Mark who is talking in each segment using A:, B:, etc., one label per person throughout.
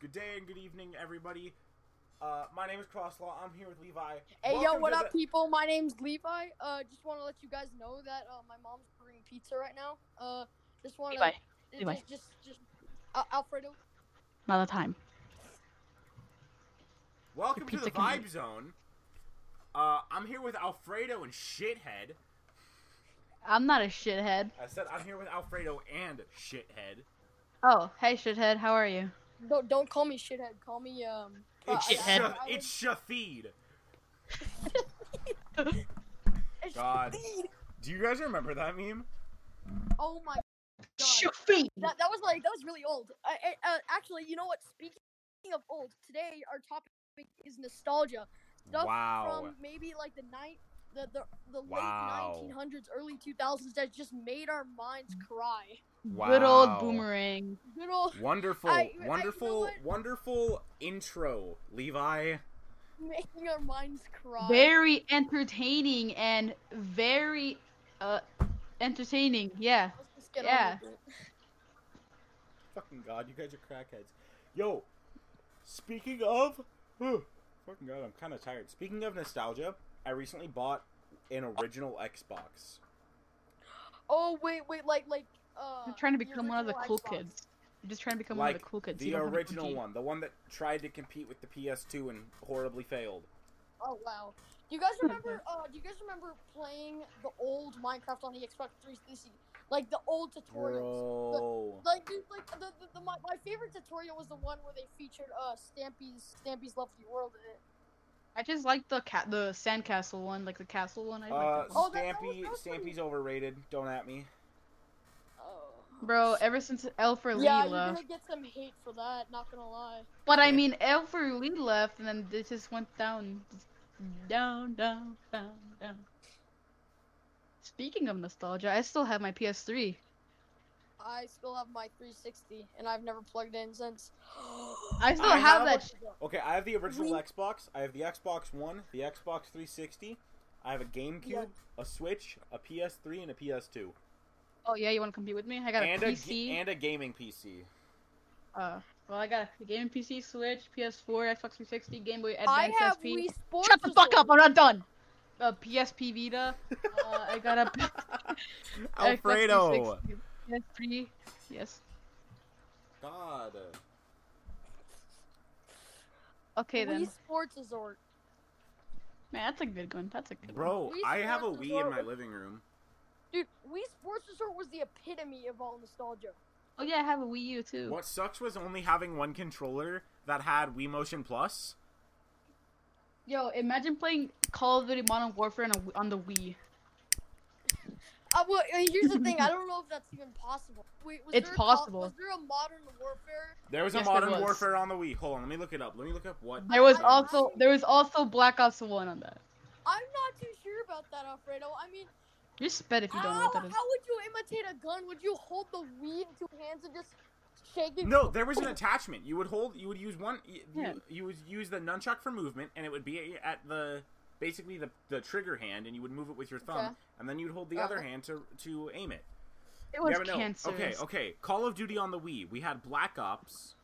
A: good day and good evening, everybody. Uh, my name is Crosslaw. I'm here with Levi.
B: Hey yo,
A: Welcome
B: what
A: to
B: up,
A: the-
B: people? My name's Levi. Uh, just want to let you guys know that uh, my mom's brewing pizza right now. Uh, just want
C: Levi,
B: to
C: Levi.
B: just just, just Al- Alfredo.
C: another time.
A: Welcome to
C: pizza
A: the
C: can
A: Vibe
C: be-
A: Zone. Uh, I'm here with Alfredo and Shithead.
C: I'm not a shithead.
A: I said I'm here with Alfredo and Shithead.
C: Oh, hey shithead, how are you?
B: Don't don't call me shithead. Call me um. uh,
A: It's
B: I- I-
C: Shithead.
A: Sha-
B: I would-
A: it's Shafid.
B: it's
A: God.
B: Shafid.
A: Do you guys remember that meme?
B: Oh my god.
C: Shafid.
B: That, that was like that was really old. I, I, uh, actually, you know what? Speaking of old, today our topic is nostalgia. Stuff
A: Wow.
B: from maybe like the night, the the, the
A: Wow.
B: late 1900s, early 2000s that just made our minds cry.
C: Good
A: Wow.
C: old boomerang.
B: Good old
A: Wonderful,
B: I- I- you know
A: wonderful,
B: what?
A: wonderful intro, Levi.
B: making our minds cry.
C: Very entertaining and very uh entertaining. Yeah.
B: Let's just get
C: yeah.
B: on with it.
A: Fucking god, you guys are crackheads. Yo, speaking of, fucking god, I'm kind of tired. Speaking of nostalgia, I recently bought an original Xbox.
B: Oh wait, wait, like like uh
C: I'm trying to
B: the
C: become one of the
B: original
C: cool
B: Xbox.
C: kids. I'm just trying to become one of
A: like
C: the cool kids.
A: the
C: You don't have an
A: original
C: OG.
A: one, the one that tried to compete with the PS2 and horribly failed.
B: Oh wow. Do you guys remember uh do you guys remember playing the old Minecraft on the Xbox 360? Like the old tutorials.
A: Bro,
B: Like dude, like the, the, the my, my favorite tutorial was the one where they featured uh Stampy's Stampy's Lovely World in it.
C: I just like the cat the sandcastle one, like the castle one. I
A: uh,
C: like that one.
B: Oh, that- that
A: Stampy,
B: was- that was
A: Stampy's overrated. Don't at me.
B: Oh.
C: Bro, ever since Elfer Lee
B: Yeah, you're
C: left.
B: gonna get some hate for that, not gonna lie.
C: But I mean Elfer Lee left and then it just went down. Just down, down, down, down. Speaking of nostalgia, I still have my PS3.
B: I still have my 360 and I've never plugged in since.
C: I still
A: I
C: have
A: have
C: that.
A: a-
C: sh-
A: Okay, I have the original
B: We-
A: Xbox. I have the Xbox One, the Xbox 360. I have a GameCube,
B: Yeah.
A: a Switch, a PS3, and a PS2,
C: Oh yeah, you want to compete with me? I got a
A: and a
C: PC.
A: ga- and a gaming PC.
C: uh, well, I got a game PC, Switch, PS4, Xbox 360, Game Boy
B: I
C: Advance
B: have
C: SP.
B: Wii Sports.
C: Shut the
B: as
C: fuck
B: well.
C: up! I'm not done. Uh, PSP Vita. Uh, I got a Xbox
A: Alfredo,
C: 360, PS3. Yes.
A: God,
C: Okay then.
B: Wii Sports Resort.
C: Man, that's a good one. That's a good one.
A: bro,
B: Wii
A: I have a
B: Sports
A: Wii in my
B: Resort.
A: living room.
B: Dude, Wii Sports Resort was the epitome of all nostalgia.
C: Oh yeah, I have a Wii U too.
A: What sucks was only having one controller that had Wii Motion Plus.
C: Yo, imagine playing Call of Duty Modern Warfare on, a, Wii- on the Wii.
B: Uh, well, uh, here's the thing. I don't know if that's even possible. Wait, was
C: It's
B: there a
C: possible.
B: Co- was there a Modern Warfare?
A: There was
C: Yes,
A: a
C: there
A: Modern
C: was.
A: Warfare on the Wii. Hold on, let me look it up. Let me look up what.
C: There was
A: Um,
C: also there was also Black Ops One on that.
B: I'm not too sure about that, Alfredo. I mean,
C: Just sped if you don't know
B: how,
C: what
B: how
C: that is.
B: would you imitate a gun? Would you hold the Wii in two hands and just shake it?
A: No, there was an attachment. You would hold. You would use one. You,
C: Yeah.
A: you, you would use the nunchuck for movement, and it would be at the basically the, the trigger hand, and you would move it with your thumb,
B: Okay.
A: and then you'd hold the
B: Uh-huh.
A: other hand to to aim it.
C: It was
A: Yeah, but no.
C: cancer.
A: Okay, okay. Call of Duty on the Wii. We had Black Ops,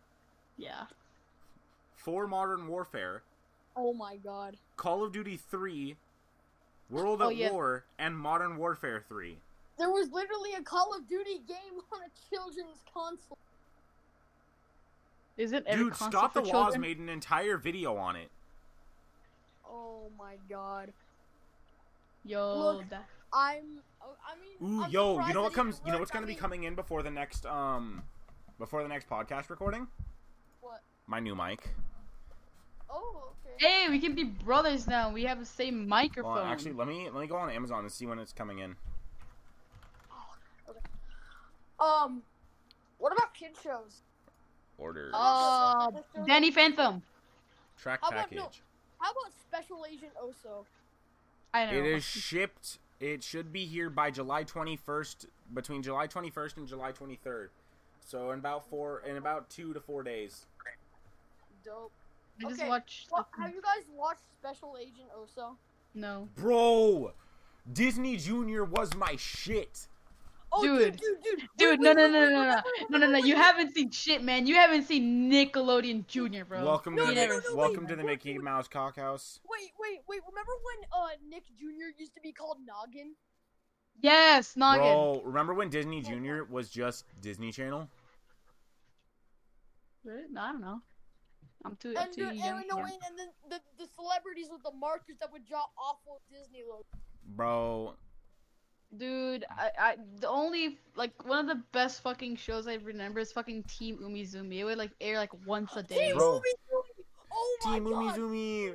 C: Yeah.
A: Four Modern Warfare,
B: Oh my god.
A: Call of Duty Three, World
C: Oh,
A: at
C: yeah.
A: War, and Modern Warfare Three.
B: There was literally a Call of Duty game on a children's console.
C: Isn't every
A: Dude,
C: console
A: Stop
C: for
A: the Laws
C: children?
A: made an entire video on it.
B: Oh my god.
C: Yo,
B: Look.
C: that-
B: I'm. oh, I mean.
A: Ooh,
B: I'm
A: yo, you
B: surprised
A: know
B: that
A: what comes? You know
B: worked.
A: what's
B: I
A: gonna be
B: mean,
A: coming in before the next um, before the next podcast recording?
B: What?
A: My new mic.
B: Oh, okay.
C: hey, we can be brothers now. We have the same microphone.
A: Hold on, actually, let me let me go on Amazon and see when it's coming in.
B: Um, what about kid shows?
A: Order
C: Uh, Danny Phantom.
A: track
B: Oh, how about
A: package.
B: no- How about Special Agent Oso?
C: I know.
A: It is shipped. It should be here by July 21st, between July 21st and July 23rd. So in about four, in about two to four days.
B: Dope.
C: I just
B: okay.
C: watched.
B: What, have you guys watched Special Agent Oso?
C: No.
A: Bro, Disney Junior was my shit.
B: Oh, dude,
C: Dude.
B: dude, dude,
C: Dude,
B: wait,
C: no,
B: wait,
C: no,
B: wait,
C: no,
B: wait, wait,
C: no, no,
B: wait, wait,
C: no, no, no.
B: wait,
C: You
B: wait.
C: haven't seen shit, man. You haven't seen Nickelodeon Junior, bro.
A: Welcome
B: No,
A: to
B: no,
A: the
B: no,
A: Mickey-
B: no,
A: welcome
B: wait.
A: to the Mickey Mouse cockhouse.
B: Wait, wait, wait. Remember when uh Nick Jr. used to be called Noggin?
C: Yes, Noggin.
A: Bro, remember when Disney Junior was just Disney Channel?
C: Really? No, I don't know. I'm too, I'm
B: And,
C: too
B: the, and,
C: young.
B: no, wait, and then the, the celebrities with the markers that would draw awful Disney logos.
A: Bro,
C: Dude, I, I, the only like one of the best fucking shows I remember is fucking Team Umizoomi. It would like air like once a day.
B: Team
A: Bro.
B: Umizoomi! Oh my
A: Team Umi
B: god!
A: Zoomy.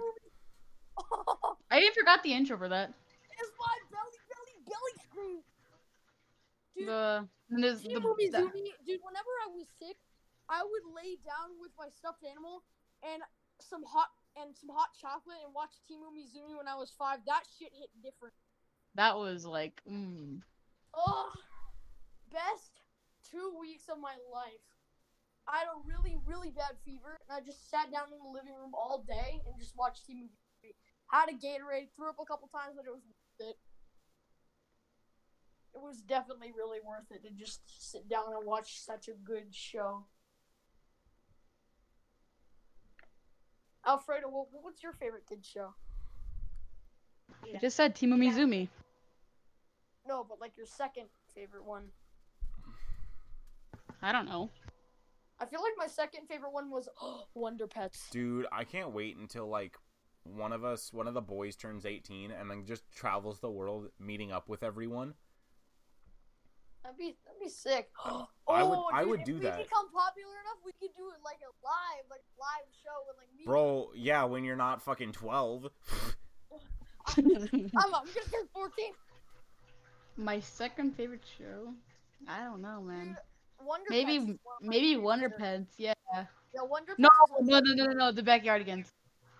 C: I even forgot the intro for that.
B: it's my belly, belly, belly screw. Dude,
C: The, and there's
B: Team
C: the- the-
B: Umizoomi, dude. Whenever I was sick, I would lay down with my stuffed animal and some hot and some hot chocolate and watch Team Umizoomi when I was five. That shit hit different.
C: that was like, mm.
B: Oh, best two weeks of my life. I had a really, really bad fever, and I just sat down in the living room all day and just watched Team Umizoomi. Had a Gatorade, threw up a couple times, but it was worth it. It was definitely really worth it to just sit down and watch such a good show. Alfredo, what, what's your favorite kid show?
C: I just said Team Umizoomi.
B: No, but like your second favorite one.
C: I don't know.
B: I feel like my second favorite one was Wonder Pets.
A: Dude, I can't wait until like one of us, one of the boys turns 18 and then just travels the world meeting up with everyone.
B: That'd be that'd be sick. oh,
A: I would- I
B: dude,
A: would
B: if
A: do
B: we
A: that.
B: become popular enough, we could do it like a live, like a live show with like me.
A: Bro, yeah, when you're not fucking 12.
B: I'm, I'm gonna turn 14.
C: My second favorite show? I don't know, man.
B: Wonder
C: Um, Maybe-
B: Pets is one of my
C: Maybe
B: favorite
C: Wonder
B: shows.
C: Pets, yeah.
B: Yeah, Wonder
C: No,
B: Pets. is
C: no, no, no, no, no, the Backyardigans.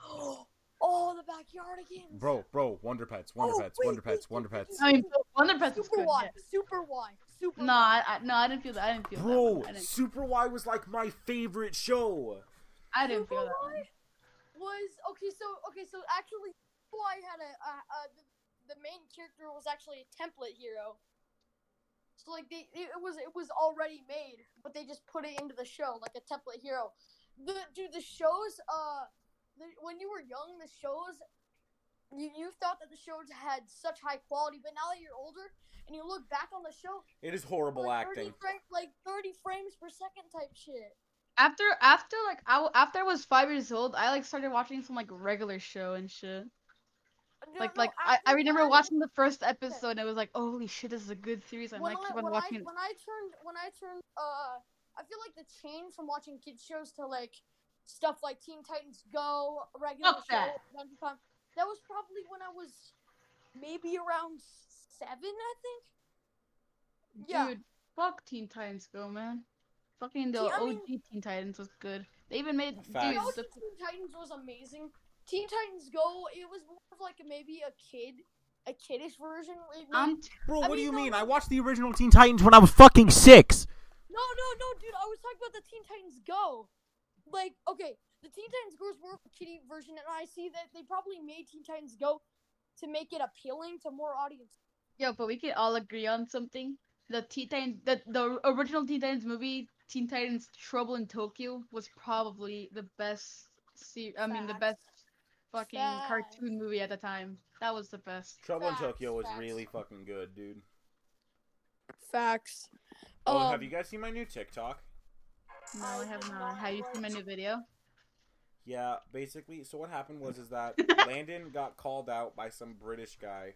B: one- oh, the backyard again.
A: Bro, bro, Wonder Pets, Wonder
B: Oh,
A: Pets,
B: wait,
A: Wonder
B: wait,
A: Pets,
B: wait,
A: Wonder
B: wait,
A: Pets.
B: wait,
C: I mean, Wonder Pets is
B: Super
C: good.
B: Y,
C: yeah.
B: Super Y, Super
C: No,
B: Y.
C: I, I, no, I didn't feel that. I didn't feel that.
A: Bro,
C: one. I didn't,
A: Super Y was like my favorite show.
C: I didn't
B: Super
C: feel that. one.
B: Y was okay. So okay, so actually, Super Y had a, a, a the, the main character was actually a template hero. So like they it was it was already made, but they just put it into the show like a template hero. The dude, the shows uh, the, when you were young, the shows. You, you thought that the shows had such high quality, but now that you're older and you look back on the show,
A: It is horrible
B: like
A: acting.
B: 30 frame, like 30 frames per second type shit.
C: After, after like, I, w- after I was five years old, I like started watching some like regular show and shit.
B: No,
C: Like,
B: no,
C: like I, I
B: after
C: remember
B: that-
C: watching the first episode and it was like, holy shit, this is a good series. I'm
B: when
C: like, keep
B: I,
C: on
B: when
C: watching.
B: I,
C: it.
B: when I turned when I turned uh I feel like the change from watching kids shows to like stuff like Teen Titans Go, regular
C: Fuck
B: show,
C: that.
B: Dungeon Time, that was probably when I was maybe around seven, I think. Yeah.
C: Dude, fuck Teen Titans Go, man. Fucking the
B: See, I
C: OG
B: mean-
C: Teen Titans was good. They even made
A: Facts.
C: dude,
B: You know,
C: the,
B: Teen Titans was amazing. Teen Titans Go, it was more of like maybe a kid, a kiddish version. It made-
C: I'm
A: Bro,
B: I
A: what do
B: mean,
A: you
B: no,
A: mean?
B: no.
A: I watched the original Teen Titans when I was fucking six.
B: No, no, no, dude. I was talking about the Teen Titans Go. Like, okay, the Teen Titans Go is more of a kiddie version, and I see that they probably made Teen Titans Go to make it appealing to more audience.
C: Yo, but we can all agree on something. The Teen Titans, the, the original Teen Titans movie, Teen Titans Trouble in Tokyo, was probably the best. Se- I mean, the best fucking
B: Facts.
C: cartoon movie at the time. That was the best.
A: Trouble
B: Facts,
A: in Tokyo was
B: facts.
A: really fucking good, dude.
B: Facts.
A: Oh,
B: um,
A: have you guys seen my new TikTok?
C: No, I have
B: I
C: not. Have you seen my new video?
A: Yeah, basically. So what happened was is that Landon got called out by some British guy,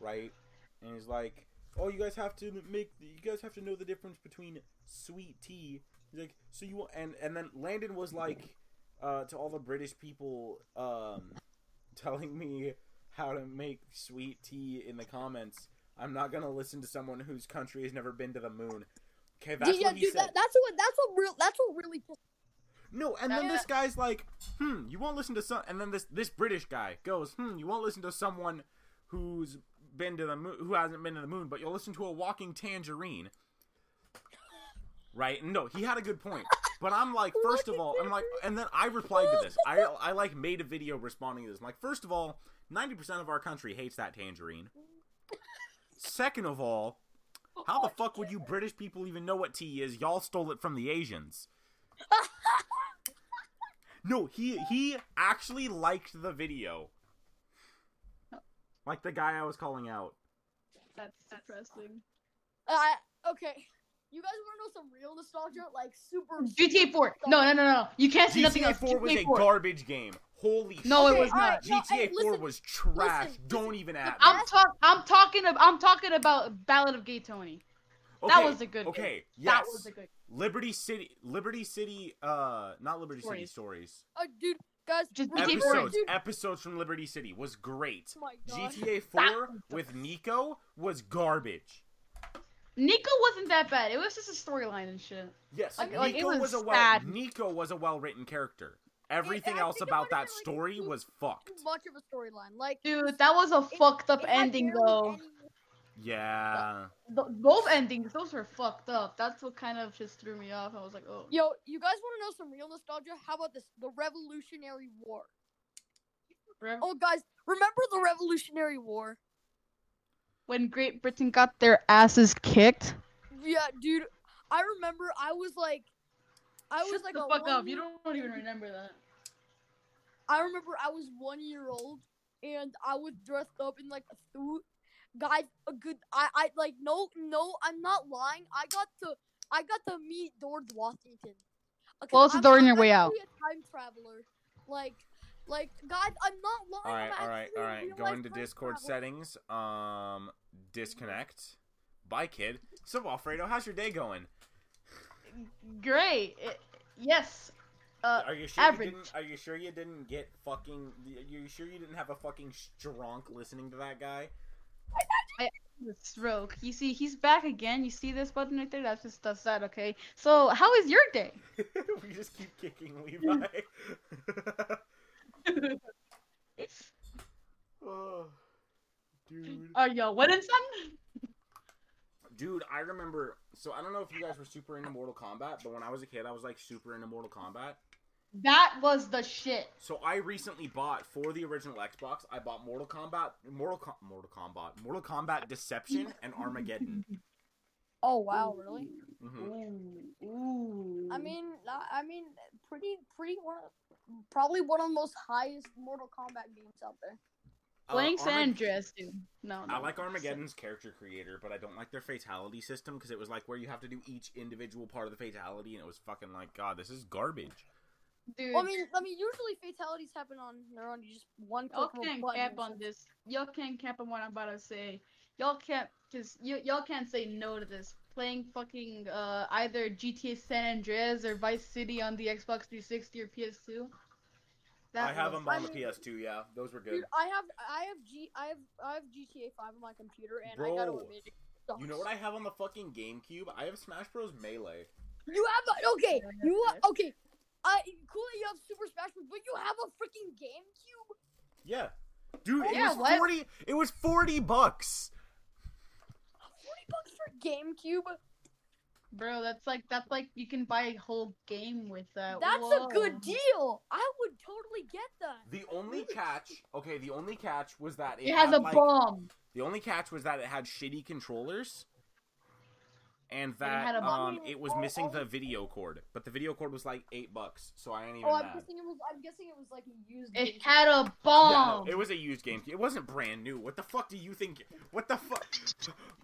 A: right? And he's like, "Oh, you guys have to make you guys have to know the difference between sweet tea." He's like, "So you want?" And and then Landon was like, uh, to all the British people, um, telling me how to make sweet tea in the comments. I'm not gonna listen to someone whose country has never been to the moon. Okay, that's
B: yeah,
A: what he
B: dude,
A: said.
B: that, that's what that's what real that's what really pissed
A: No, and then
B: Yeah.
A: this guy's like, "Hmm, you won't listen to some." And then this this British guy goes, "Hmm, you won't listen to someone who's been to the moon, who hasn't been to the moon, but you'll listen to a walking tangerine." Right? No, he had a good point, but I'm like, first of all, I'm like, and then I replied to this. I I like made a video responding to this. I'm like, first of all, ninety percent of our country hates that tangerine. Second of all, How the fuck would you British people even know what tea is? Y'all stole it from the Asians. no, he he actually liked the video. Like the guy I was calling out.
C: That's depressing.
B: Uh, okay. You guys want to know some real nostalgia? Like super.
C: GTA 4. No, no, no, no. You can't see nothing
A: GTA
C: else.
A: 4 was
C: GTA
A: a garbage game. Holy
C: No,
A: shit.
C: it was
B: all
C: not.
B: right, no,
A: GTA
B: hey,
A: 4
B: listen,
A: was trash.
B: listen,
A: Don't even at me.
C: I'm talk. I'm talking. Ab- I'm talking about Ballad of Gay Tony. That
A: Okay,
C: was a good.
A: Okay,
C: Game.
A: yes.
C: That was a good.
A: Liberty City, Liberty City, uh, not Liberty City
C: Stories.
A: stories.
B: Uh, dude, guys.
C: Just
B: we're
C: GTA
B: doing-
C: four.
A: Episodes,
B: Dude,
A: episodes from Liberty City was great.
B: oh my god.
A: GTA
C: That
A: 4
C: was the-
A: with Nico was garbage.
C: Nico wasn't that bad. It was just a storyline and shit.
A: Yes,
C: Like-
A: Nico
C: like, it
A: was,
C: was
A: a well
C: sad.
A: Nico was a well written character. Everything
B: I
A: else
B: think it
A: about
B: would've
A: that
B: been, like,
A: story
B: too-
A: was fucked.
B: Too much of a storyline. Like.
C: Dude, that was a fucked up
B: it had
C: ending
B: barely
C: though.
B: any-
A: Yeah.
C: Th- both endings, those were fucked up. That's what kind of just threw me off. I was like, oh.
B: Yo, you guys want to know some real nostalgia? How about this? The Revolutionary War.
C: Rev-
B: Oh, guys, remember the Revolutionary War?
C: When Great Britain got their asses kicked.
B: Yeah, dude. I remember. I was like, I was
C: Shut
B: like
C: the
B: a
C: fuck up.
B: one
C: You
B: year-
C: don't even remember that.
B: I remember I was one year old, and I was dressed up in like a suit. Guys, a good. I I like no no. I'm not lying. I got to I got to meet George Washington. Okay,
C: Well, it's a
B: I'm-
C: door in
B: I'm
C: your way out.
B: actually A time traveler, like like guys. I'm not lying.
A: All right,
B: I'm
A: all right,
B: actually
A: all
B: a
A: right.
B: real-life
A: Going to
B: time
A: Discord
B: traveler.
A: settings. Um, disconnect. Bye, kid. So, Alfredo, how's your day going?
C: Great. It- yes. Uh,
A: Are you sure
C: average.
A: you didn't? Are you sure you didn't get fucking? Are you sure you didn't have a fucking strong listening to that guy?
C: the stroke. You see, he's back again. You see this button right there? That's just that's that. Okay. So, how is your day?
A: we just keep kicking Levi. oh, dude.
C: Are y'all winning something?
A: Dude, I remember. So I don't know if you guys were super into Mortal Kombat, but when I was a kid, I was like super into Mortal Kombat.
C: That was the shit.
A: So I recently bought for the original Xbox. I bought Mortal Kombat, Mortal Com- Mortal Kombat, Mortal Kombat Deception and Armageddon.
B: Oh wow, really?
A: hmm
C: Ooh, ooh.
B: I mean, not- I mean, pretty, pretty one, of- probably one of the most highest Mortal Kombat games out there.
C: playing
A: Uh,
C: San
A: Armag-
C: Andreas, dude. No, no.
A: I like Armageddon's character creator, but I don't like their fatality system because it was like where you have to do each individual part of the fatality, and it was fucking like, God, this is garbage.
C: Dude,
B: Well, I mean, I mean, usually fatalities happen on their own. You just one click of
C: y'all
B: a
C: can't
B: button
C: cap
B: and
C: on
B: stuff.
C: this. Y'all can't cap on what I'm about to say. Y'all can't, cause y- y'all can't say no to this. Playing fucking uh, either GTA San Andreas or Vice City on the Xbox 360 or PS2.
A: I have them
B: I
A: on the
B: mean-
A: PS2. Yeah, those were good.
B: Dude, I have, I have G, I have, I have GTA Five on my computer, and I gotta
A: Bro,
B: admit, it
A: You know
B: sucks.
A: what I have on the fucking GameCube? I have Smash Bros. Melee.
B: You have a, okay,
C: Yeah, I
B: you
C: got
B: have,
C: this.
B: okay. I cool that you have Super Smash Bros, but you have a freaking GameCube.
A: Yeah, dude, it
C: Yeah,
A: was
C: what?
A: forty. It was forty bucks.
B: Forty bucks for GameCube.
C: Bro, that's like that's like you can buy a whole game with that.
B: That's
C: Uh, Whoa.
B: a good deal. I would totally get that.
A: The only catch, okay, the only catch was that
C: It has a
A: like-
C: bomb.
A: The only catch was that it had shitty controllers, and
C: it had
A: that
C: a
A: um,
B: button.
A: it was
B: Oh,
A: missing
B: oh.
A: the video cord. But the video cord was like eight bucks, so I ain't even
B: Oh, I'm
A: mad.
B: guessing it was. I'm guessing it was like a used.
C: It
B: GameCube.
C: had a
A: Yeah,
C: bomb.
A: no, it was a used GameCube. It wasn't brand new. What the fuck do you think? What the fuck?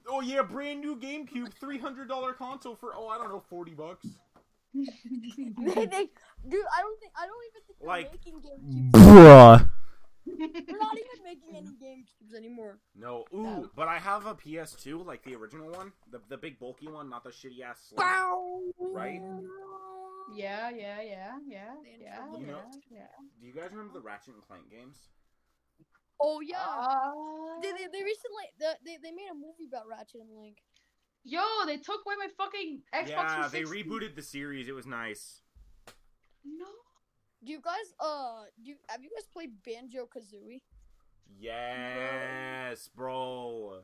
A: Oh yeah, brand new GameCube, three hundred dollar console for oh I don't know forty bucks.
B: they, they- dude, I don't think I don't even think they're
A: Like, mm,
B: making GameCubes.
A: Bruh.
B: They're not even making any GameCubes anymore.
A: No, ooh, but I have a PS2, like the original one, the the big bulky one, not the shitty ass. slim.
B: Bow.
A: Right?
C: Yeah, yeah, yeah, yeah,
B: They
C: yeah,
B: interrupt
A: You
C: yeah,
A: know-
C: yeah.
A: Do you guys remember the Ratchet and Clank games?
B: Oh yeah.
C: Ah.
B: they, they, they recently they, they, they made a movie about Ratchet and Link.
C: Yo, they took away my fucking Xbox.
A: yeah, they
C: 360.
A: rebooted the series. It was nice.
C: No.
B: Do you guys uh do you, have you guys played Banjo Kazooie?
A: Yes, bro.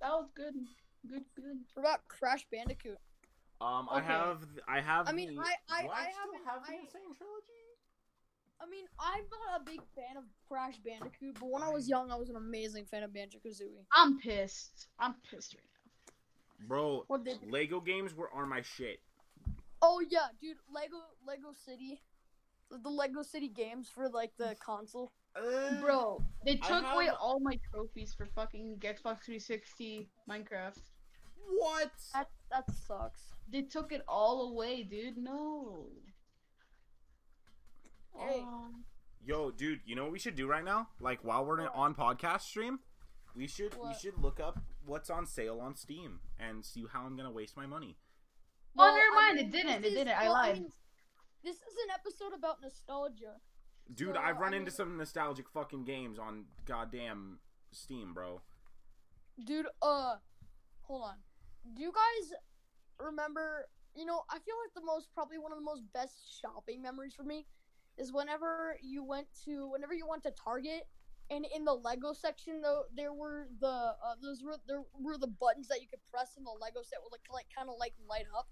C: That was good. Good, good.
B: What about Crash Bandicoot?
A: Um, I
C: Okay.
A: have, I have.
B: I mean,
A: the-
B: I- I-
A: do
B: I
A: still
B: haven't-
A: have the
B: I-
A: Insane Trilogy.
B: I mean, I'm not a big fan of Crash Bandicoot, but when I was young, I was an amazing fan of Banjo Kazooie.
C: I'm pissed. I'm pissed right now.
A: Bro,
B: What did?
A: Lego games were are my shit.
B: Oh yeah, dude, Lego Lego City, the Lego City games for like the console.
C: Bro, they
A: I
C: took away
A: have-
C: all my trophies for fucking Xbox 360 Minecraft.
A: what?
B: That that sucks.
C: They took it all away, dude. No. Oh.
B: Hey.
C: Aw.
A: Yo, dude, you know what we should do right now? Like while we're
B: What?
A: on podcast stream, we should we
B: What?
A: should look up what's on sale on Steam and see how I'm gonna waste my money.
C: Well,
B: Well,
C: never
B: I
C: mind.
B: mean,
C: it didn't.
B: this
C: It
B: is-
C: didn't. I
B: well,
C: lied.
B: mean, this is an episode about nostalgia.
A: Dude,
B: So,
A: I've run
B: I
A: into
B: mean-
A: some nostalgic fucking games on goddamn Steam, bro.
B: Dude, uh, hold on. Do you guys remember? You know, I feel like the most, probably one of the most best shopping memories for me is whenever you went to, whenever you went to Target, and in the Lego section though, there were the uh, those were there were the buttons that you could press in the Legos that would like like kind of like light up.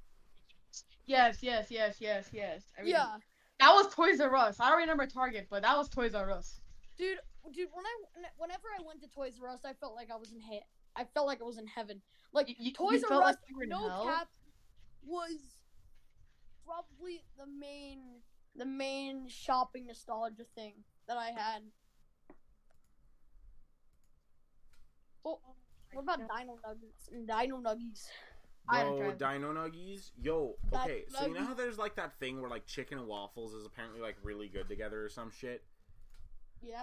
C: Yes, yes, yes, yes, yes. I mean,
B: Yeah,
C: That was Toys R Us. I don't remember Target, but that was Toys R Us.
B: dude, dude. When I whenever I went to Toys R Us, I felt like I was in hit. I felt like I was in heaven. Like
C: You- you- you
B: Toys
C: felt
B: R Us,
C: like you were in
B: no
C: hell?
B: cap, was probably the main the main shopping nostalgia thing that I had. Oh, what about Dino Nuggets and Dino Nuggies?
C: I
A: Bro,
C: don't
A: Dino Nuggies? Yo,
B: Dino
A: okay, so you know
B: Nuggies.
A: how there's like that thing where like chicken and waffles is apparently like really good together or some shit?
B: Yeah.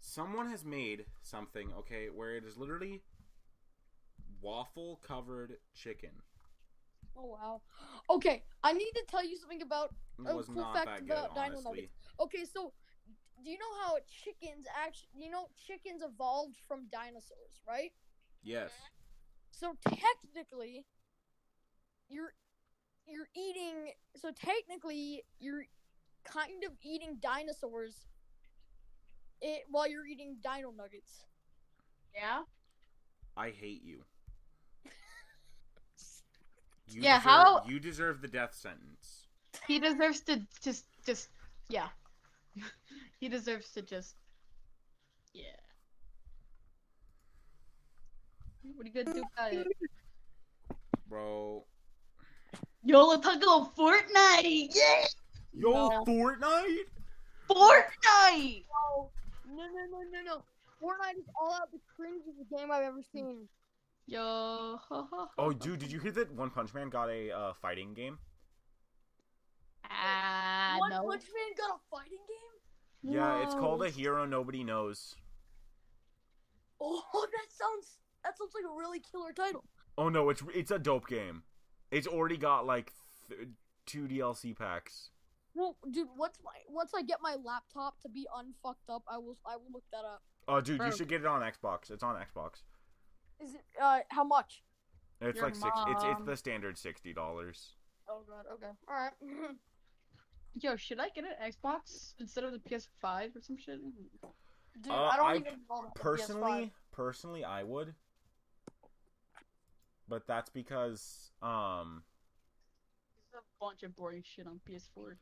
A: Someone has made something, okay, where it is literally waffle covered chicken.
B: Oh wow. Okay, I need to tell you something about.
A: It
B: Oh,
A: was
B: cool
A: not
B: fact
A: that good,
B: about Dino
A: honestly.
B: Nuggets. Okay, so do you know how chickens actually? You know chickens evolved from dinosaurs, right?
A: Yes.
B: So technically, you're you're eating. So technically, you're kind of eating dinosaurs. It, while you're eating Dino Nuggets.
C: Yeah.
A: I hate you. you
C: Yeah,
A: deserve,
C: how-
A: you deserve the death sentence.
C: He deserves to just, just, yeah. he deserves to just, yeah. What are you gonna do about it?
A: Bro.
C: Yo, let's talk about Fortnite. Yeah,
A: Yo,
B: No.
A: Fortnite?
C: Fortnite.
B: No, Oh, no, no, no, no, no. Fortnite is all out the cringiest game I've ever seen.
C: Yo.
A: Oh, dude, did you hear that One Punch Man got a uh, fighting game?
C: Ah,
B: One
C: no.
B: Punch Man got a fighting game.
A: Yeah, it's called
C: No.
A: A Hero Nobody Knows.
B: Oh, that sounds that sounds like a really killer title.
A: Oh no, it's it's a dope game. It's already got like th- two DLC packs.
B: Well, dude, once my once I get my laptop to be unfucked up, I will I will look that up.
A: Oh, dude,
C: Bro.
A: you should get it on Xbox. It's on Xbox.
B: Is it uh how much?
A: It's
C: Your
A: like six. It's it's
C: mom.
A: the standard sixty dollars.
B: Oh god, okay. Alright.
C: Yo, should I get an Xbox instead of the PS5 or some shit?
B: Dude,
A: Uh,
B: I don't
A: I-
B: even know about the PS5.
A: Personally, personally, I would. But that's because um.
C: There's a bunch of boring shit on PS4.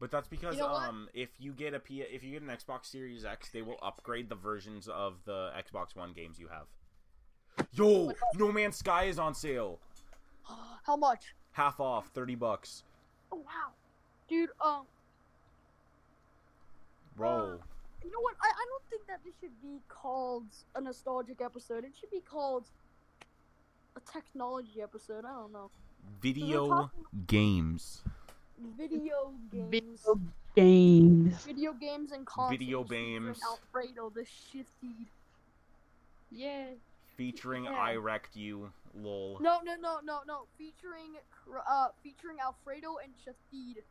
A: But that's because
B: know what?
A: um, if you get a P- if you get an Xbox Series X, they will upgrade the versions of the Xbox One games you have. Yo, No Man's Sky is on sale,
B: how much?
A: half off, thirty bucks,
B: Oh wow. Dude, um
A: bro.
B: Oh. you know what? I, I don't think that this should be called a nostalgic episode. It should be called a technology episode. I don't know.
A: Video games,
B: Video games.
C: games.
B: Video games and consoles.
A: Video
B: featuring
A: games.
B: Alfredo the shifty.
C: Yeah.
A: featuring
C: Yeah.
A: I wrecked you, lol.
B: No, no, no, no, no. Featuring, Cr- uh, featuring Alfredo and Shafid.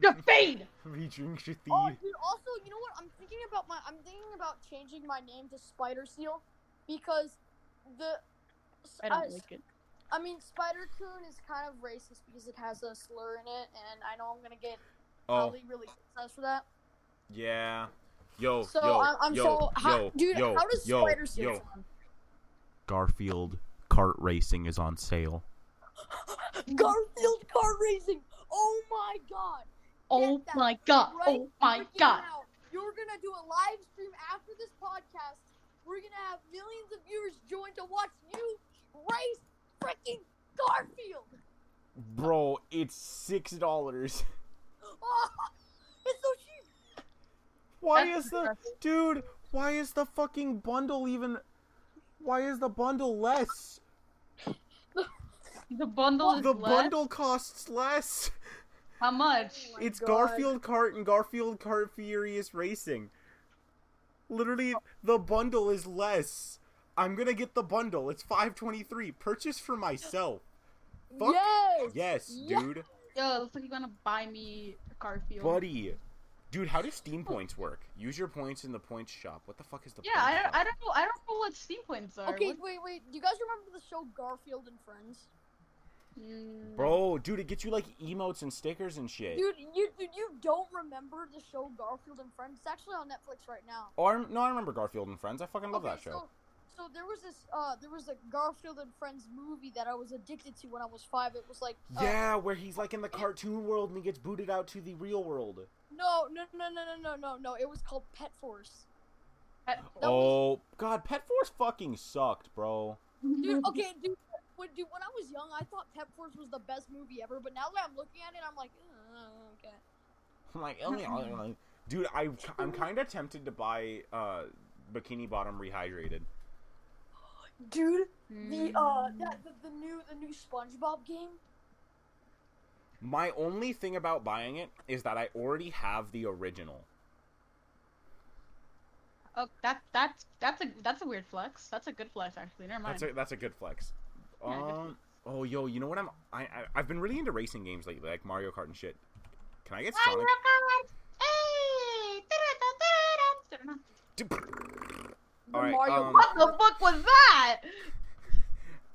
C: Defeat!
A: Featuring Shafid.
B: Oh, dude. Also, you know what? I'm thinking about my. I'm thinking about changing my name to Spider Seal because the.
C: I
B: uh,
C: don't like it.
B: I mean, Spider Coon is kind of racist because it has a slur in it, and I know I'm gonna get
A: Oh,
B: probably really criticized for that.
A: yeah. Yo,
B: So
A: Oh, yo,
B: I'm, I'm
A: yo,
B: so. How,
A: yo,
B: dude,
A: yo,
B: how does
A: yo,
B: Spider Seal?
A: yo. Garfield kart racing is on sale.
B: sound? Garfield car racing. Oh my god.
C: Oh
B: that
C: my god.
B: right
C: Oh my
B: freaking
C: god.
B: now. You're gonna do a live stream after this podcast. We're gonna have millions of viewers join to watch you Grace freaking Garfield.
A: Bro, it's six dollars.
B: Oh, it's so cheap.
A: Why
C: That's
A: is the
C: disgusting.
A: dude? Why is the fucking bundle even? Why is the bundle less?
C: The bundle is
A: The
C: less?
A: bundle costs less.
C: How much?
B: Oh my
A: It's
B: God.
A: Garfield Kart and Garfield Kart Furious Racing. Literally, the bundle is less. I'm gonna get the bundle. It's five twenty three. Purchase for myself. Fuck.
B: Yes.
A: Yes,
B: Yes.
A: dude,
C: Yo, looks like you're gonna buy me a Garfield.
A: buddy, dude. How do Steam points work? Use your points in the points shop. What the fuck is the?
C: Yeah,
A: points
C: I
A: shop?
C: don't, I don't know. I don't know what Steam points are.
B: Okay,
C: What-
B: wait, wait. Do you guys remember the show Garfield and Friends?
C: Mm,
A: Bro, dude, it gets you like emotes and stickers and shit.
B: Dude, you dude, you don't remember the show Garfield and Friends? It's actually on Netflix right now.
A: Oh, I, no, I remember Garfield and Friends. I fucking love that show.
B: So, so there was this uh there was a Garfield and Friends movie that I was addicted to when I was five. It was like uh,
A: yeah, where he's like in the cartoon world and he gets booted out to the real world.
B: no no no no no no no no. It was called Pet Force.
C: I-
B: That was-
A: oh God, Pet Force fucking sucked, bro.
B: dude. Okay, dude. When dude, when I was young, I thought Pet Force was the best movie ever. But now that I'm looking at it, I'm like, uh, okay.
A: I'm like, oh, yeah, oh, yeah. dude, I I'm kind of tempted to buy uh Bikini Bottom rehydrated.
B: Dude, the uh
C: Mm.
B: that the, the new the new SpongeBob game.
A: My only thing about buying it is that I already have the original.
C: Oh, that that's that's a that's a weird flex. That's a good flex actually. Never mind.
A: That's a that's a good flex.
C: Yeah, good
A: Um, oh yo, you know what I'm I, I I've been really into racing games lately, like Mario Kart and shit. Can I get
C: Hi,
A: Sonic?
C: Rocket! Hey! Da-da-da-da-da-da.
B: The
A: Alright,
B: Mario
A: um,
C: What the fuck was that?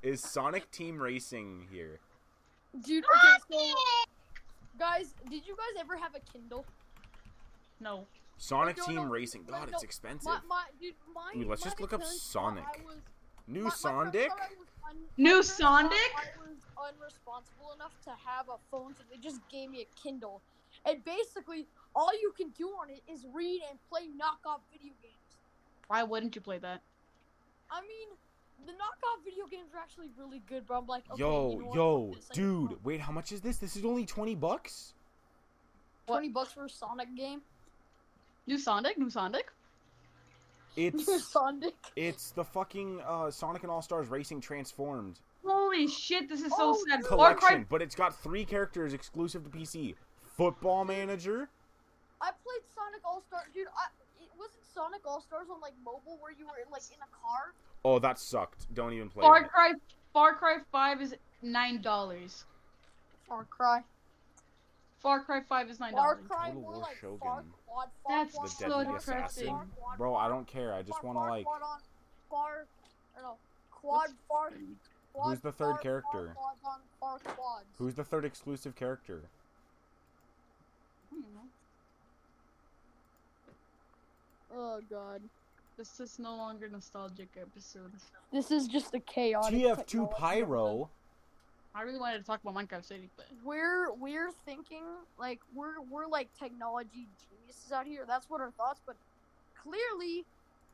A: Is Sonic Team Racing here?
B: Dude, okay, so guys, did you guys ever have a Kindle?
C: No.
A: Sonic
B: No, no,
A: Team
B: no,
A: Racing.
B: no,
A: God,
B: no.
A: it's expensive.
B: My, my, dude, my,
A: Dude, let's
B: my
A: just look up
B: parents thought
A: Sonic.
B: I was-
A: New
B: my- my parents
A: Sonic?
B: thought I was un-
C: New
B: my parents thought
C: Sonic?
B: I was unresponsible enough to have a phone, so they just gave me a Kindle, and basically all you can do on it is read and play knockoff video games.
C: Why wouldn't you play that?
B: I mean, the knockoff video games are actually really good, but I'm like, okay, you know
A: yo,
B: what,
A: yo,
B: fuck this, I don't
A: dude,
B: know.
A: wait, how much is this? This is only 20 bucks?
B: twenty bucks for a Sonic game.
C: New Sonic? New Sonic?
B: New
A: It's
B: Sonic.
A: it's the fucking uh, Sonic and All-Stars Racing Transformed
C: Holy shit, this is so
B: Oh,
C: sad.
B: dude.
C: Four
A: collection,
C: card-
A: but it's got 3 characters exclusive to PC. Football Manager?
B: I played Sonic All Stars, dude. I, it wasn't Sonic All Stars on like mobile where you were like in a car.
A: Oh, that sucked. Don't even play
C: Far
A: it.
C: Cry Far Cry 5 is $9.
B: Far Cry.
C: Far Cry 5 is $9.
B: Far Cry,
A: Total
B: more
A: War
B: like
A: Shogun.
B: Far Quad. Far
C: That's
B: Quad,
A: The
B: Far
C: so
A: Deadly
B: Quad,
A: Assassin.
B: Far Quad,
A: Bro, I don't care. I just
B: Far
A: want to
B: Quad,
A: like
B: Quad on, far. I don't know. Quad. Far. Quad,
A: Who's the third
B: Far,
A: character?
B: Far, quad on, far quads.
A: who's the third exclusive character?
C: Hmm,
B: Oh god.
C: This is no longer nostalgic episode.
B: This is just a chaos. oh,
A: TF2 Pyro.
C: I really wanted to talk about Minecraft City, but
B: We're we're thinking like we're we're like technology geniuses out here. That's what our thoughts, but clearly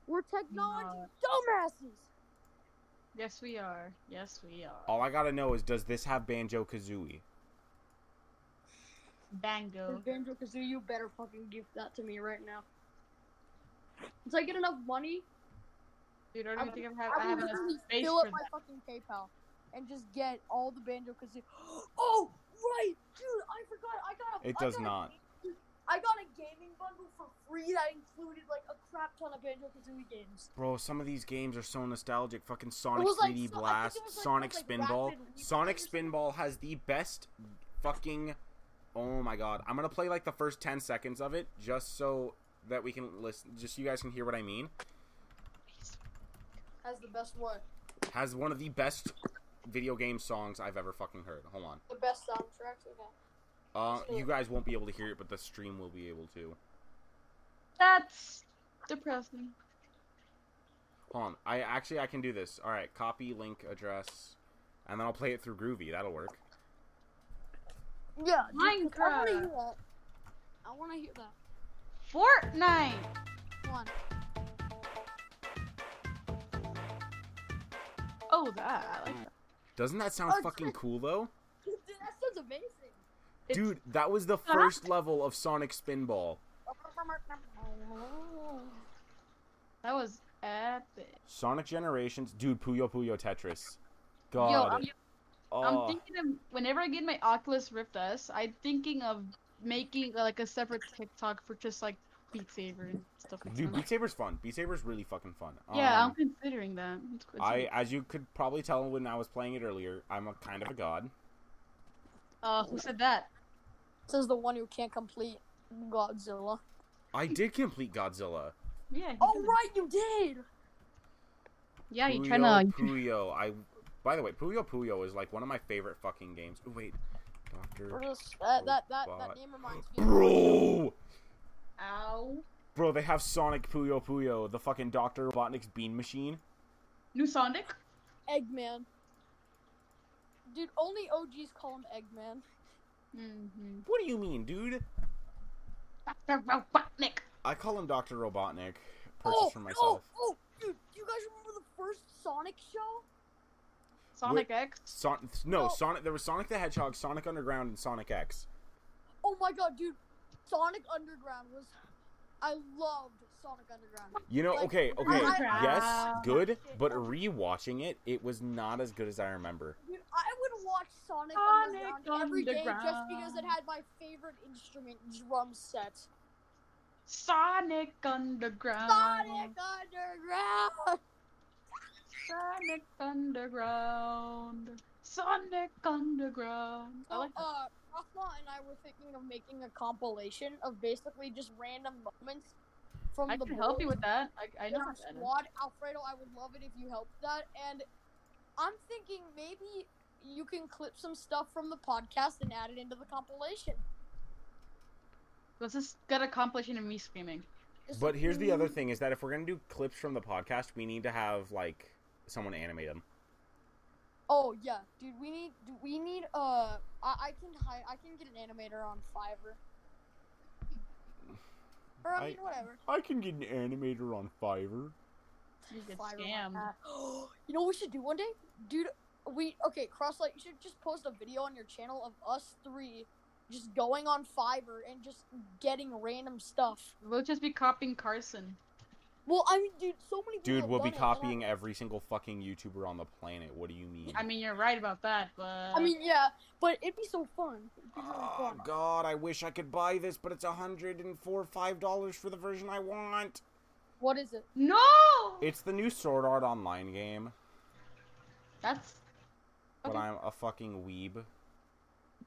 B: we're technology dumbasses.
C: yes we are. Yes we are.
A: All I gotta know is, does this have Banjo Kazooie?
C: Bango.
B: Banjo Kazooie, you better fucking give that to me right now. Once I get enough money,
C: Dude, I don't
B: I
C: even
B: would-
C: think I've had,
B: I
C: I have
B: will
C: enough
B: literally
C: space
B: fill up
C: for
B: my
C: that.
B: fucking PayPal and just get all the Banjo Kazooie. Oh right, dude, I forgot. I got. A,
A: It
B: I
A: does
B: got a
A: not.
B: gaming- I got a gaming bundle for free that included like a crap ton of Banjo Kazooie games.
A: Bro, some of these games are so nostalgic. Fucking Sonic
B: was like
A: 3D
B: so- I think it
A: Blast,
B: was like-
A: Sonic
B: it was like
A: Spinball.
B: Rapid Replay
A: Sonic
B: or something.
A: Spinball has the best fucking. Oh my god. I'm gonna play like the first 10 seconds of it just so that we can listen. Just so you guys can hear what I mean.
B: Has the best one,
A: Has one of the best video game songs I've ever fucking heard. Hold on.
B: the best soundtracks. Okay.
A: Uh, you guys won't be able to hear it, but the stream will be able to.
C: That's depressing.
A: Hold on. I actually I can do this. All right, copy link address, and then I'll play it through Groovy. That'll work.
B: Yeah, dude, 'cause I want to
C: Minecraft.
B: hear that. I want to hear that.
C: Fortnite.
B: Come on.
C: Oh, that. I like that.
A: Doesn't that sound
B: Oh,
A: fucking
B: shit.
A: cool though?
B: Dude, that sounds amazing.
C: It's-
A: Dude, that was the
C: Uh-huh.
A: first level of Sonic Spinball.
C: that was epic.
A: Sonic Generations, dude, Puyo Puyo Tetris. God.
C: Yo, I'm,
A: oh.
C: I'm thinking of whenever I get my Oculus Rift S, I'm thinking of making like a separate TikTok for just like Beat Saber and stuff like
A: Dude,
C: that.
A: Beat Saber's fun. Beat Saber's really fucking fun.
C: Yeah,
A: Um,
C: I'm considering that. It's good.
A: I, as you could probably tell when I was playing it earlier, I'm a kind of a god.
C: uh, who said that?
B: Says the one who can't complete Godzilla.
A: I did complete Godzilla.
C: Yeah. he
B: Oh
C: did.
B: right, you did.
C: Yeah, you trying
A: Puyo
C: to? uh,
A: Puyo. I. By the way, Puyo Puyo is like one of my favorite fucking games. Ooh, wait, Doctor.
B: That that that,
A: Robot.
B: that name reminds me. of-
A: Bro,
C: Ow.
A: bro, they have Sonic Puyo Puyo, the fucking Doctor Robotnik's bean machine.
C: New Sonic.
B: Eggman. Dude, only OGs call him Eggman.
C: Mm-hmm.
A: What do you mean, dude?
C: Dr. Robotnik.
A: I call him Doctor Robotnik. Purchase
B: Oh,
A: for
B: oh,
A: myself.
B: oh, dude, do you guys remember the first Sonic show?
C: Sonic X.
A: Son- no,
B: Oh.
A: Sonic. There was Sonic the Hedgehog, Sonic Underground, and Sonic X.
B: Oh my god, dude, Sonic Underground was. I loved Sonic Underground.
A: You know,
B: Like,
A: okay,
B: I-
A: okay,
C: I-
A: yes,
C: Wow.
A: good,
B: Shit.
A: but rewatching it, it was not as good as I remember.
B: Dude, I would watch Sonic,
C: Sonic
B: Underground every day just
C: Underground.
B: because it had my favorite instrument, drum set.
C: Sonic Underground.
B: Sonic Underground.
C: Sonic Underground. Sonic Underground. I like that.
B: uh, Rothma and I were thinking of making a compilation of basically just random moments from
C: I
B: Oh, the
C: can help you
B: Bulls.
C: with that. I, I know.
B: Different squad, Alfredo. I would love it if you helped that. And I'm thinking maybe you can clip some stuff from the podcast and add it into the compilation.
C: Let's just get a compilation of me screaming.
B: Just
A: But
B: like,
A: here's the other
B: mm,
A: thing is that if we're going to do clips from the podcast, we need to have like someone animate them.
B: Oh yeah, dude. We need. do We need. Uh, I, I can hire. I can get an animator on Fiverr. Or I
A: I-
B: mean, whatever.
A: I can get an animator on Fiverr.
C: You get
B: Fiverr.
C: scammed.
B: you know what we should do one day, dude. We okay, Crosslight. You should just post a video on your channel of us three just going on Fiverr and just getting random stuff.
C: We'll just be copying Carson.
B: Well, I mean, dude, so many people.
A: Dude,
B: have
A: we'll be
B: done it, and I-
A: copying every single fucking YouTuber on the planet. What do you mean?
C: I mean, you're right about that, but
B: I mean, yeah, but it'd be so fun. It'd be really
A: Oh
B: fun.
A: god, I wish I could buy this, but it's a hundred and four five dollars for the version I want.
B: What is it?
C: no,
A: It's the new Sword Art Online game,
C: that's
A: but
C: Okay.
A: I'm a fucking weeb.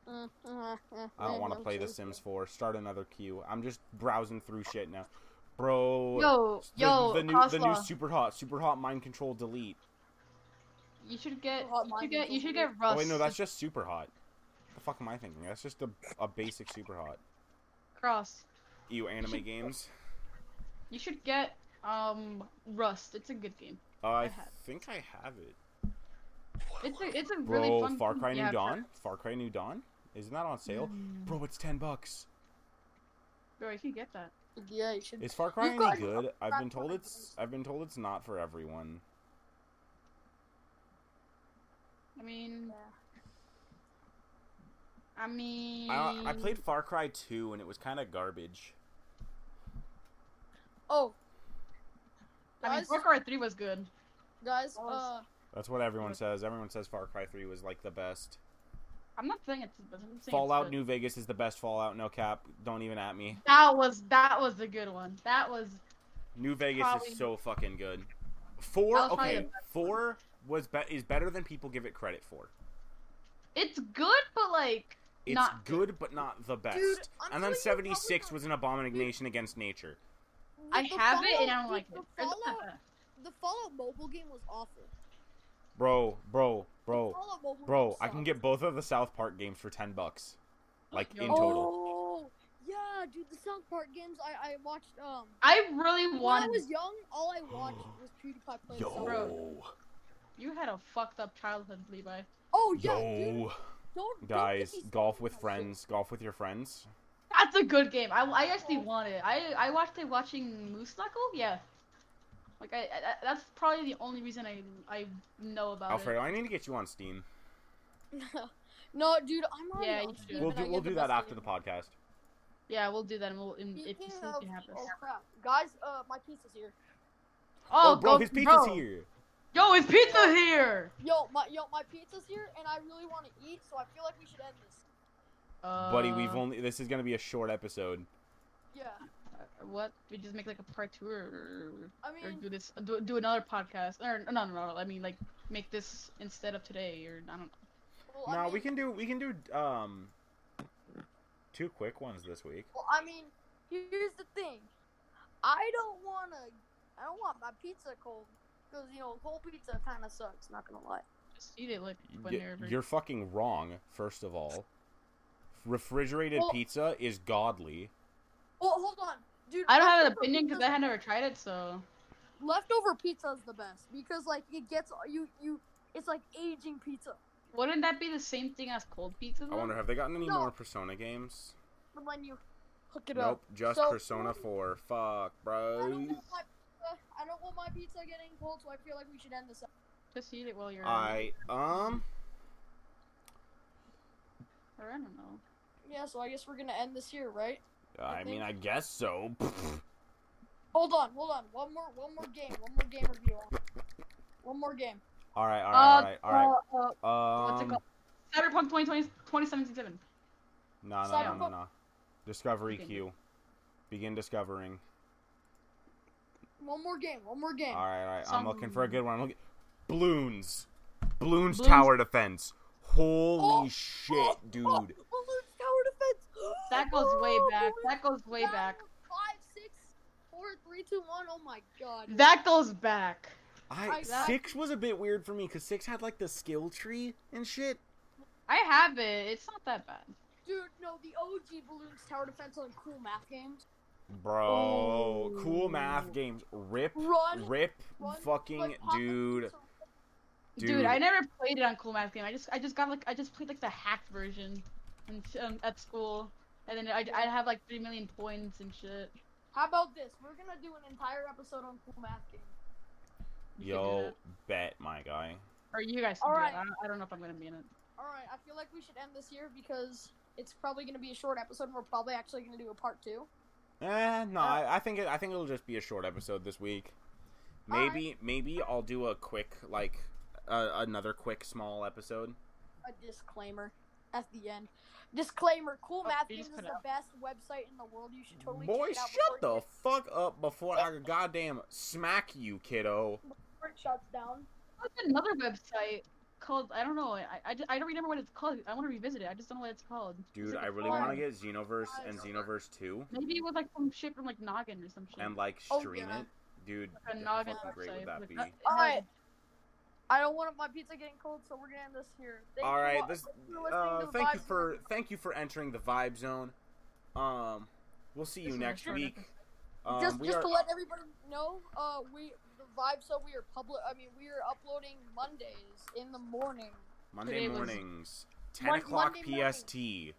B: Mm, mm, mm,
A: I don't
B: mm,
A: want to
B: I'm
A: play The
B: joking.
A: Sims 4. Start another queue. I'm just browsing through shit now, bro.
C: yo
A: the,
C: yo
A: the new the new
C: Coslaw.
A: super hot super hot mind control delete.
C: You should get
B: Hot
C: you
B: Mind
C: should get you should
B: Control.
C: get Rust.
A: oh wait, no, that's just super hot. The fuck am I thinking? That's just a, a basic super hot.
C: Cross.
A: You anime games?
C: You should get um Rust. It's a good game.
A: Uh, I
C: have.
A: think I have it.
C: It's a it's a
A: Bro,
C: really fun.
A: Far
C: game.
A: Cry
C: Yeah,
A: New Dawn. Far Cry New Dawn. Isn't that on sale?
C: Mm.
A: Bro, it's ten bucks.
C: Bro, you should get that.
B: Yeah, you should.
A: Is Far Cry
B: You got-
A: any good? I've been
B: Far Cry
A: told it's I've been told it's not for everyone.
C: I mean,
B: Yeah.
C: I mean,
A: I, I played Far Cry 2 and it was kind of garbage.
B: Oh,
C: I mean,
B: guys,
C: Far Cry Three was good.
B: guys, uh,
C: Almost.
A: That's what everyone says. Everyone says Far Cry 3 was like the best.
C: I'm not saying it's I'm saying it's
A: Fallout
C: good.
A: New Vegas is the best Fallout, no cap. Don't even at me.
C: That was that was a good one. That was
A: New Vegas
C: Probably-
A: is so fucking good. 4
C: That was probably
A: okay,
C: the
A: 4 was be- is better than people give it credit for.
C: it's good, but like
A: It's
C: Not
A: good but not the best.
B: Dude, I'm
A: and then
B: telling you,
A: 76
B: Fallout-
A: was an abomination against nature.
C: I
B: the
C: have it
B: Fallout-
C: and I don't like
B: the
C: it.
B: Fallout, the Fallout mobile game was awful.
A: Bro, bro, bro.
B: Fallout mobile
A: Oh. Bro,
B: game
A: I can
B: sucked.
A: get both of the South Park games for 10 bucks. Like in
C: Oh.
A: total.
B: Oh, yeah, dude, the South Park games. I I watched um.
C: I really
B: When I
C: wanted.
B: was young, all I watched was PewDiePie play the South Park.
C: Bro. You had a fucked up childhood, Levi.
B: Oh yeah, dude.
A: Yo.
B: Don't don't
A: Guys,
B: give me
A: golf
B: South
A: with
B: Park
A: friends. Golf with your friends.
C: That's a good game. I, I actually want it. I I watched it watching Moose Knuckle. Yeah, Like I, I I- that's probably the only reason I I know about
A: Alfredo, I need to get you on Steam.
B: no, dude, I'm already
C: Yeah,
B: on
C: you
B: Steam
C: should.
B: and
A: we'll
B: I
A: do
B: get
A: we'll do that
B: best
A: after the
B: game.
A: podcast.
C: it. Yeah, we'll do that. And we'll and if
B: Speaking
C: you
B: of,
C: can have
B: oh
C: this.
B: crap, guys, uh, my pizza's here.
A: Oh,
C: Oh,
A: bro,
C: go,
A: his pizza's
C: bro.
A: here.
C: Yo, his pizza here.
B: Yo, my yo, my pizza's here, and I really want to eat, so I feel like we should end this.
C: Uh,
A: Buddy, we've only this is gonna be a short episode.
B: Yeah,
C: uh, What? We just make like a part two, or,
B: I
C: or
B: mean,
C: do this, do, do another podcast, or no, no, no. I mean, like make this instead of today, or I don't know.
B: well, I
A: No,
B: mean,
A: we can do we can do um two quick ones this week.
B: Well, I mean, here's the thing. I don't wanna. I don't want my pizza cold because you know cold pizza kind of sucks. Not gonna lie.
C: Just eat it like
A: Y-
C: whenever.
A: you're fucking wrong. First of all, refrigerated
B: Well-
A: pizza is godly.
B: Well, hold on, dude.
C: I don't have an
B: leftover
C: opinion because I
B: pizza's-
C: had never tried it, so
B: leftover pizza is the best because like it gets you you. It's like aging pizza.
C: wouldn't that be the same thing as cold pizza?
A: I
C: though?
A: wonder have they gotten any
B: Mm-hmm. No.
A: more Persona games?
B: But when you hook it
A: Nope,
B: up.
A: just
B: So-
A: Persona Four. Fuck,
B: I don't
A: bro.
B: want my pizza. I don't want my pizza getting cold, so I feel like we should end this. Up.
C: Just eat it while you're. at
A: I um
C: it. Or I don't know.
B: Yeah, so I guess we're gonna end this here, right?
A: I
B: think-
A: mean I guess so.
B: Hold on, hold on. One more, one more game, one more game review. One more game.
A: All right, all right, all right,
C: Uh, uh,
A: all right.
C: what's it
A: Um,
C: called? Cyberpunk 2020 2077.
A: No, no, no, no,
B: Cyberpunk-
A: no. Discovery
C: Begin.
A: queue. Begin discovering.
B: One more game. One more game.
A: All right, all right. I'm looking for a
C: Some-
A: good one. I'm looking. Balloons. Balloons,
C: Balloons-
A: tower defense. Holy
B: Oh,
A: shit, dude.
B: Oh, balloon tower defense.
C: That goes way
B: Oh,
C: back.
B: balloon
C: That goes way
B: tower.
C: back.
B: Five, six, four, three, two, one. Oh my god.
C: That goes back.
A: I
B: I- that-
A: six was a bit weird for me because six had like the skill tree and shit.
C: I have it. It's not that bad.
B: dude, no, the OG balloons tower defense on cool math games.
A: Bro, cool
C: Ooh.
A: math games. Rip,
B: Oh. Run,
A: rip,
B: run,
A: fucking
B: like, pop up
A: dude.
B: to-
C: Dude.
A: Dude.
C: I never played it on Cool Math Game. I just, I just got like, I just played like the hacked version, and sh- um, at school, and then I, I have like three million points and shit.
B: How about this? We're gonna do an entire episode on cool math games.
C: You could do
A: Yo,
C: that.
A: bet my guy.
C: or you guys. Can
B: All
C: do it.
B: right.
C: I, don't, I don't know if I'm gonna be in it.
B: All right, I feel like we should end this here because it's probably gonna be a short episode, and we're probably actually gonna do a part two.
A: Eh, no,
B: Uh,
A: I, I think it, I think it'll just be a short episode this week.
B: Alright.
A: Maybe maybe I'll do a quick like uh, another quick small episode.
B: a disclaimer at the end. Disclaimer: Cool
C: Oh,
B: Math
C: you
B: Games
C: just
B: is
C: cut
B: the
C: out.
B: best website in the world. You should totally
A: Boy,
B: check it out
A: shut
B: before
A: the fuck up before I goddamn smack you, kiddo.
B: it shuts down.
C: There's another website called I don't know. I, I, ju- I don't remember what it's called. I want to revisit it. I just don't know what it's called. It's
A: Dude,
C: like
A: I
C: a
A: really want to
C: forum.
A: get Xenoverse and Xenoverse 2
C: Maybe it was like some shit from like Noggin or some shit.
A: and like
B: Oh,
A: stream
B: yeah.
A: it. Dude,
C: Like a
A: how
C: Noggin
A: fucking great
C: website.
A: would that
C: Like,
A: be?
C: uh, it
B: Alright.
C: has-
B: I don't want my pizza getting cold, so we're gonna end this here. Thank
A: All right,
B: all-
A: this
B: thank you for listening
A: uh,
B: to the
A: thank you
B: Vibe
A: for
B: Zone.
A: thank you for entering the vibe zone. Um, we'll see
C: This
A: you
C: is a
A: next
C: short
A: week.
C: episode.
A: Um,
B: just
A: we
B: just
A: are-
B: to let everybody know, uh, we the Vibe So we are public. I mean, we are uploading Mondays in the morning.
A: Monday
C: Today was-
A: mornings, 10
B: Mon-
A: o'clock
B: Monday morning.
A: PST,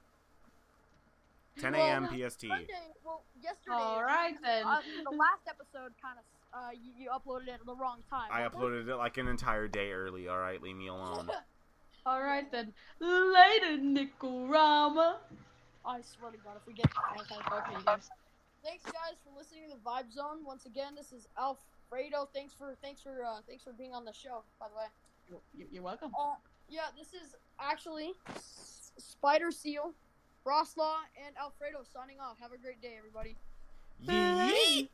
A: 10
B: Well,
A: a.m. PST.
B: Monday, well, yesterday.
C: All right then.
B: Uh, the last episode kind of uh, you, you uploaded it at the wrong time.
A: I
B: Wasn't it?
A: uploaded it like an entire day early. All right, leave me alone.
C: All right then. Later, Nikorama.
B: I swear to God, if we get
C: Okay, you guys.
B: Thanks, guys, for listening to the Vibe Zone once again. This is Alfredo. Thanks for thanks for uh, thanks for being on the show. By the way,
C: You're, you're welcome.
B: uh, yeah, this is actually S- Spider Seal, Rosslaw, and Alfredo signing off. Have a great day, everybody.
A: Yeet.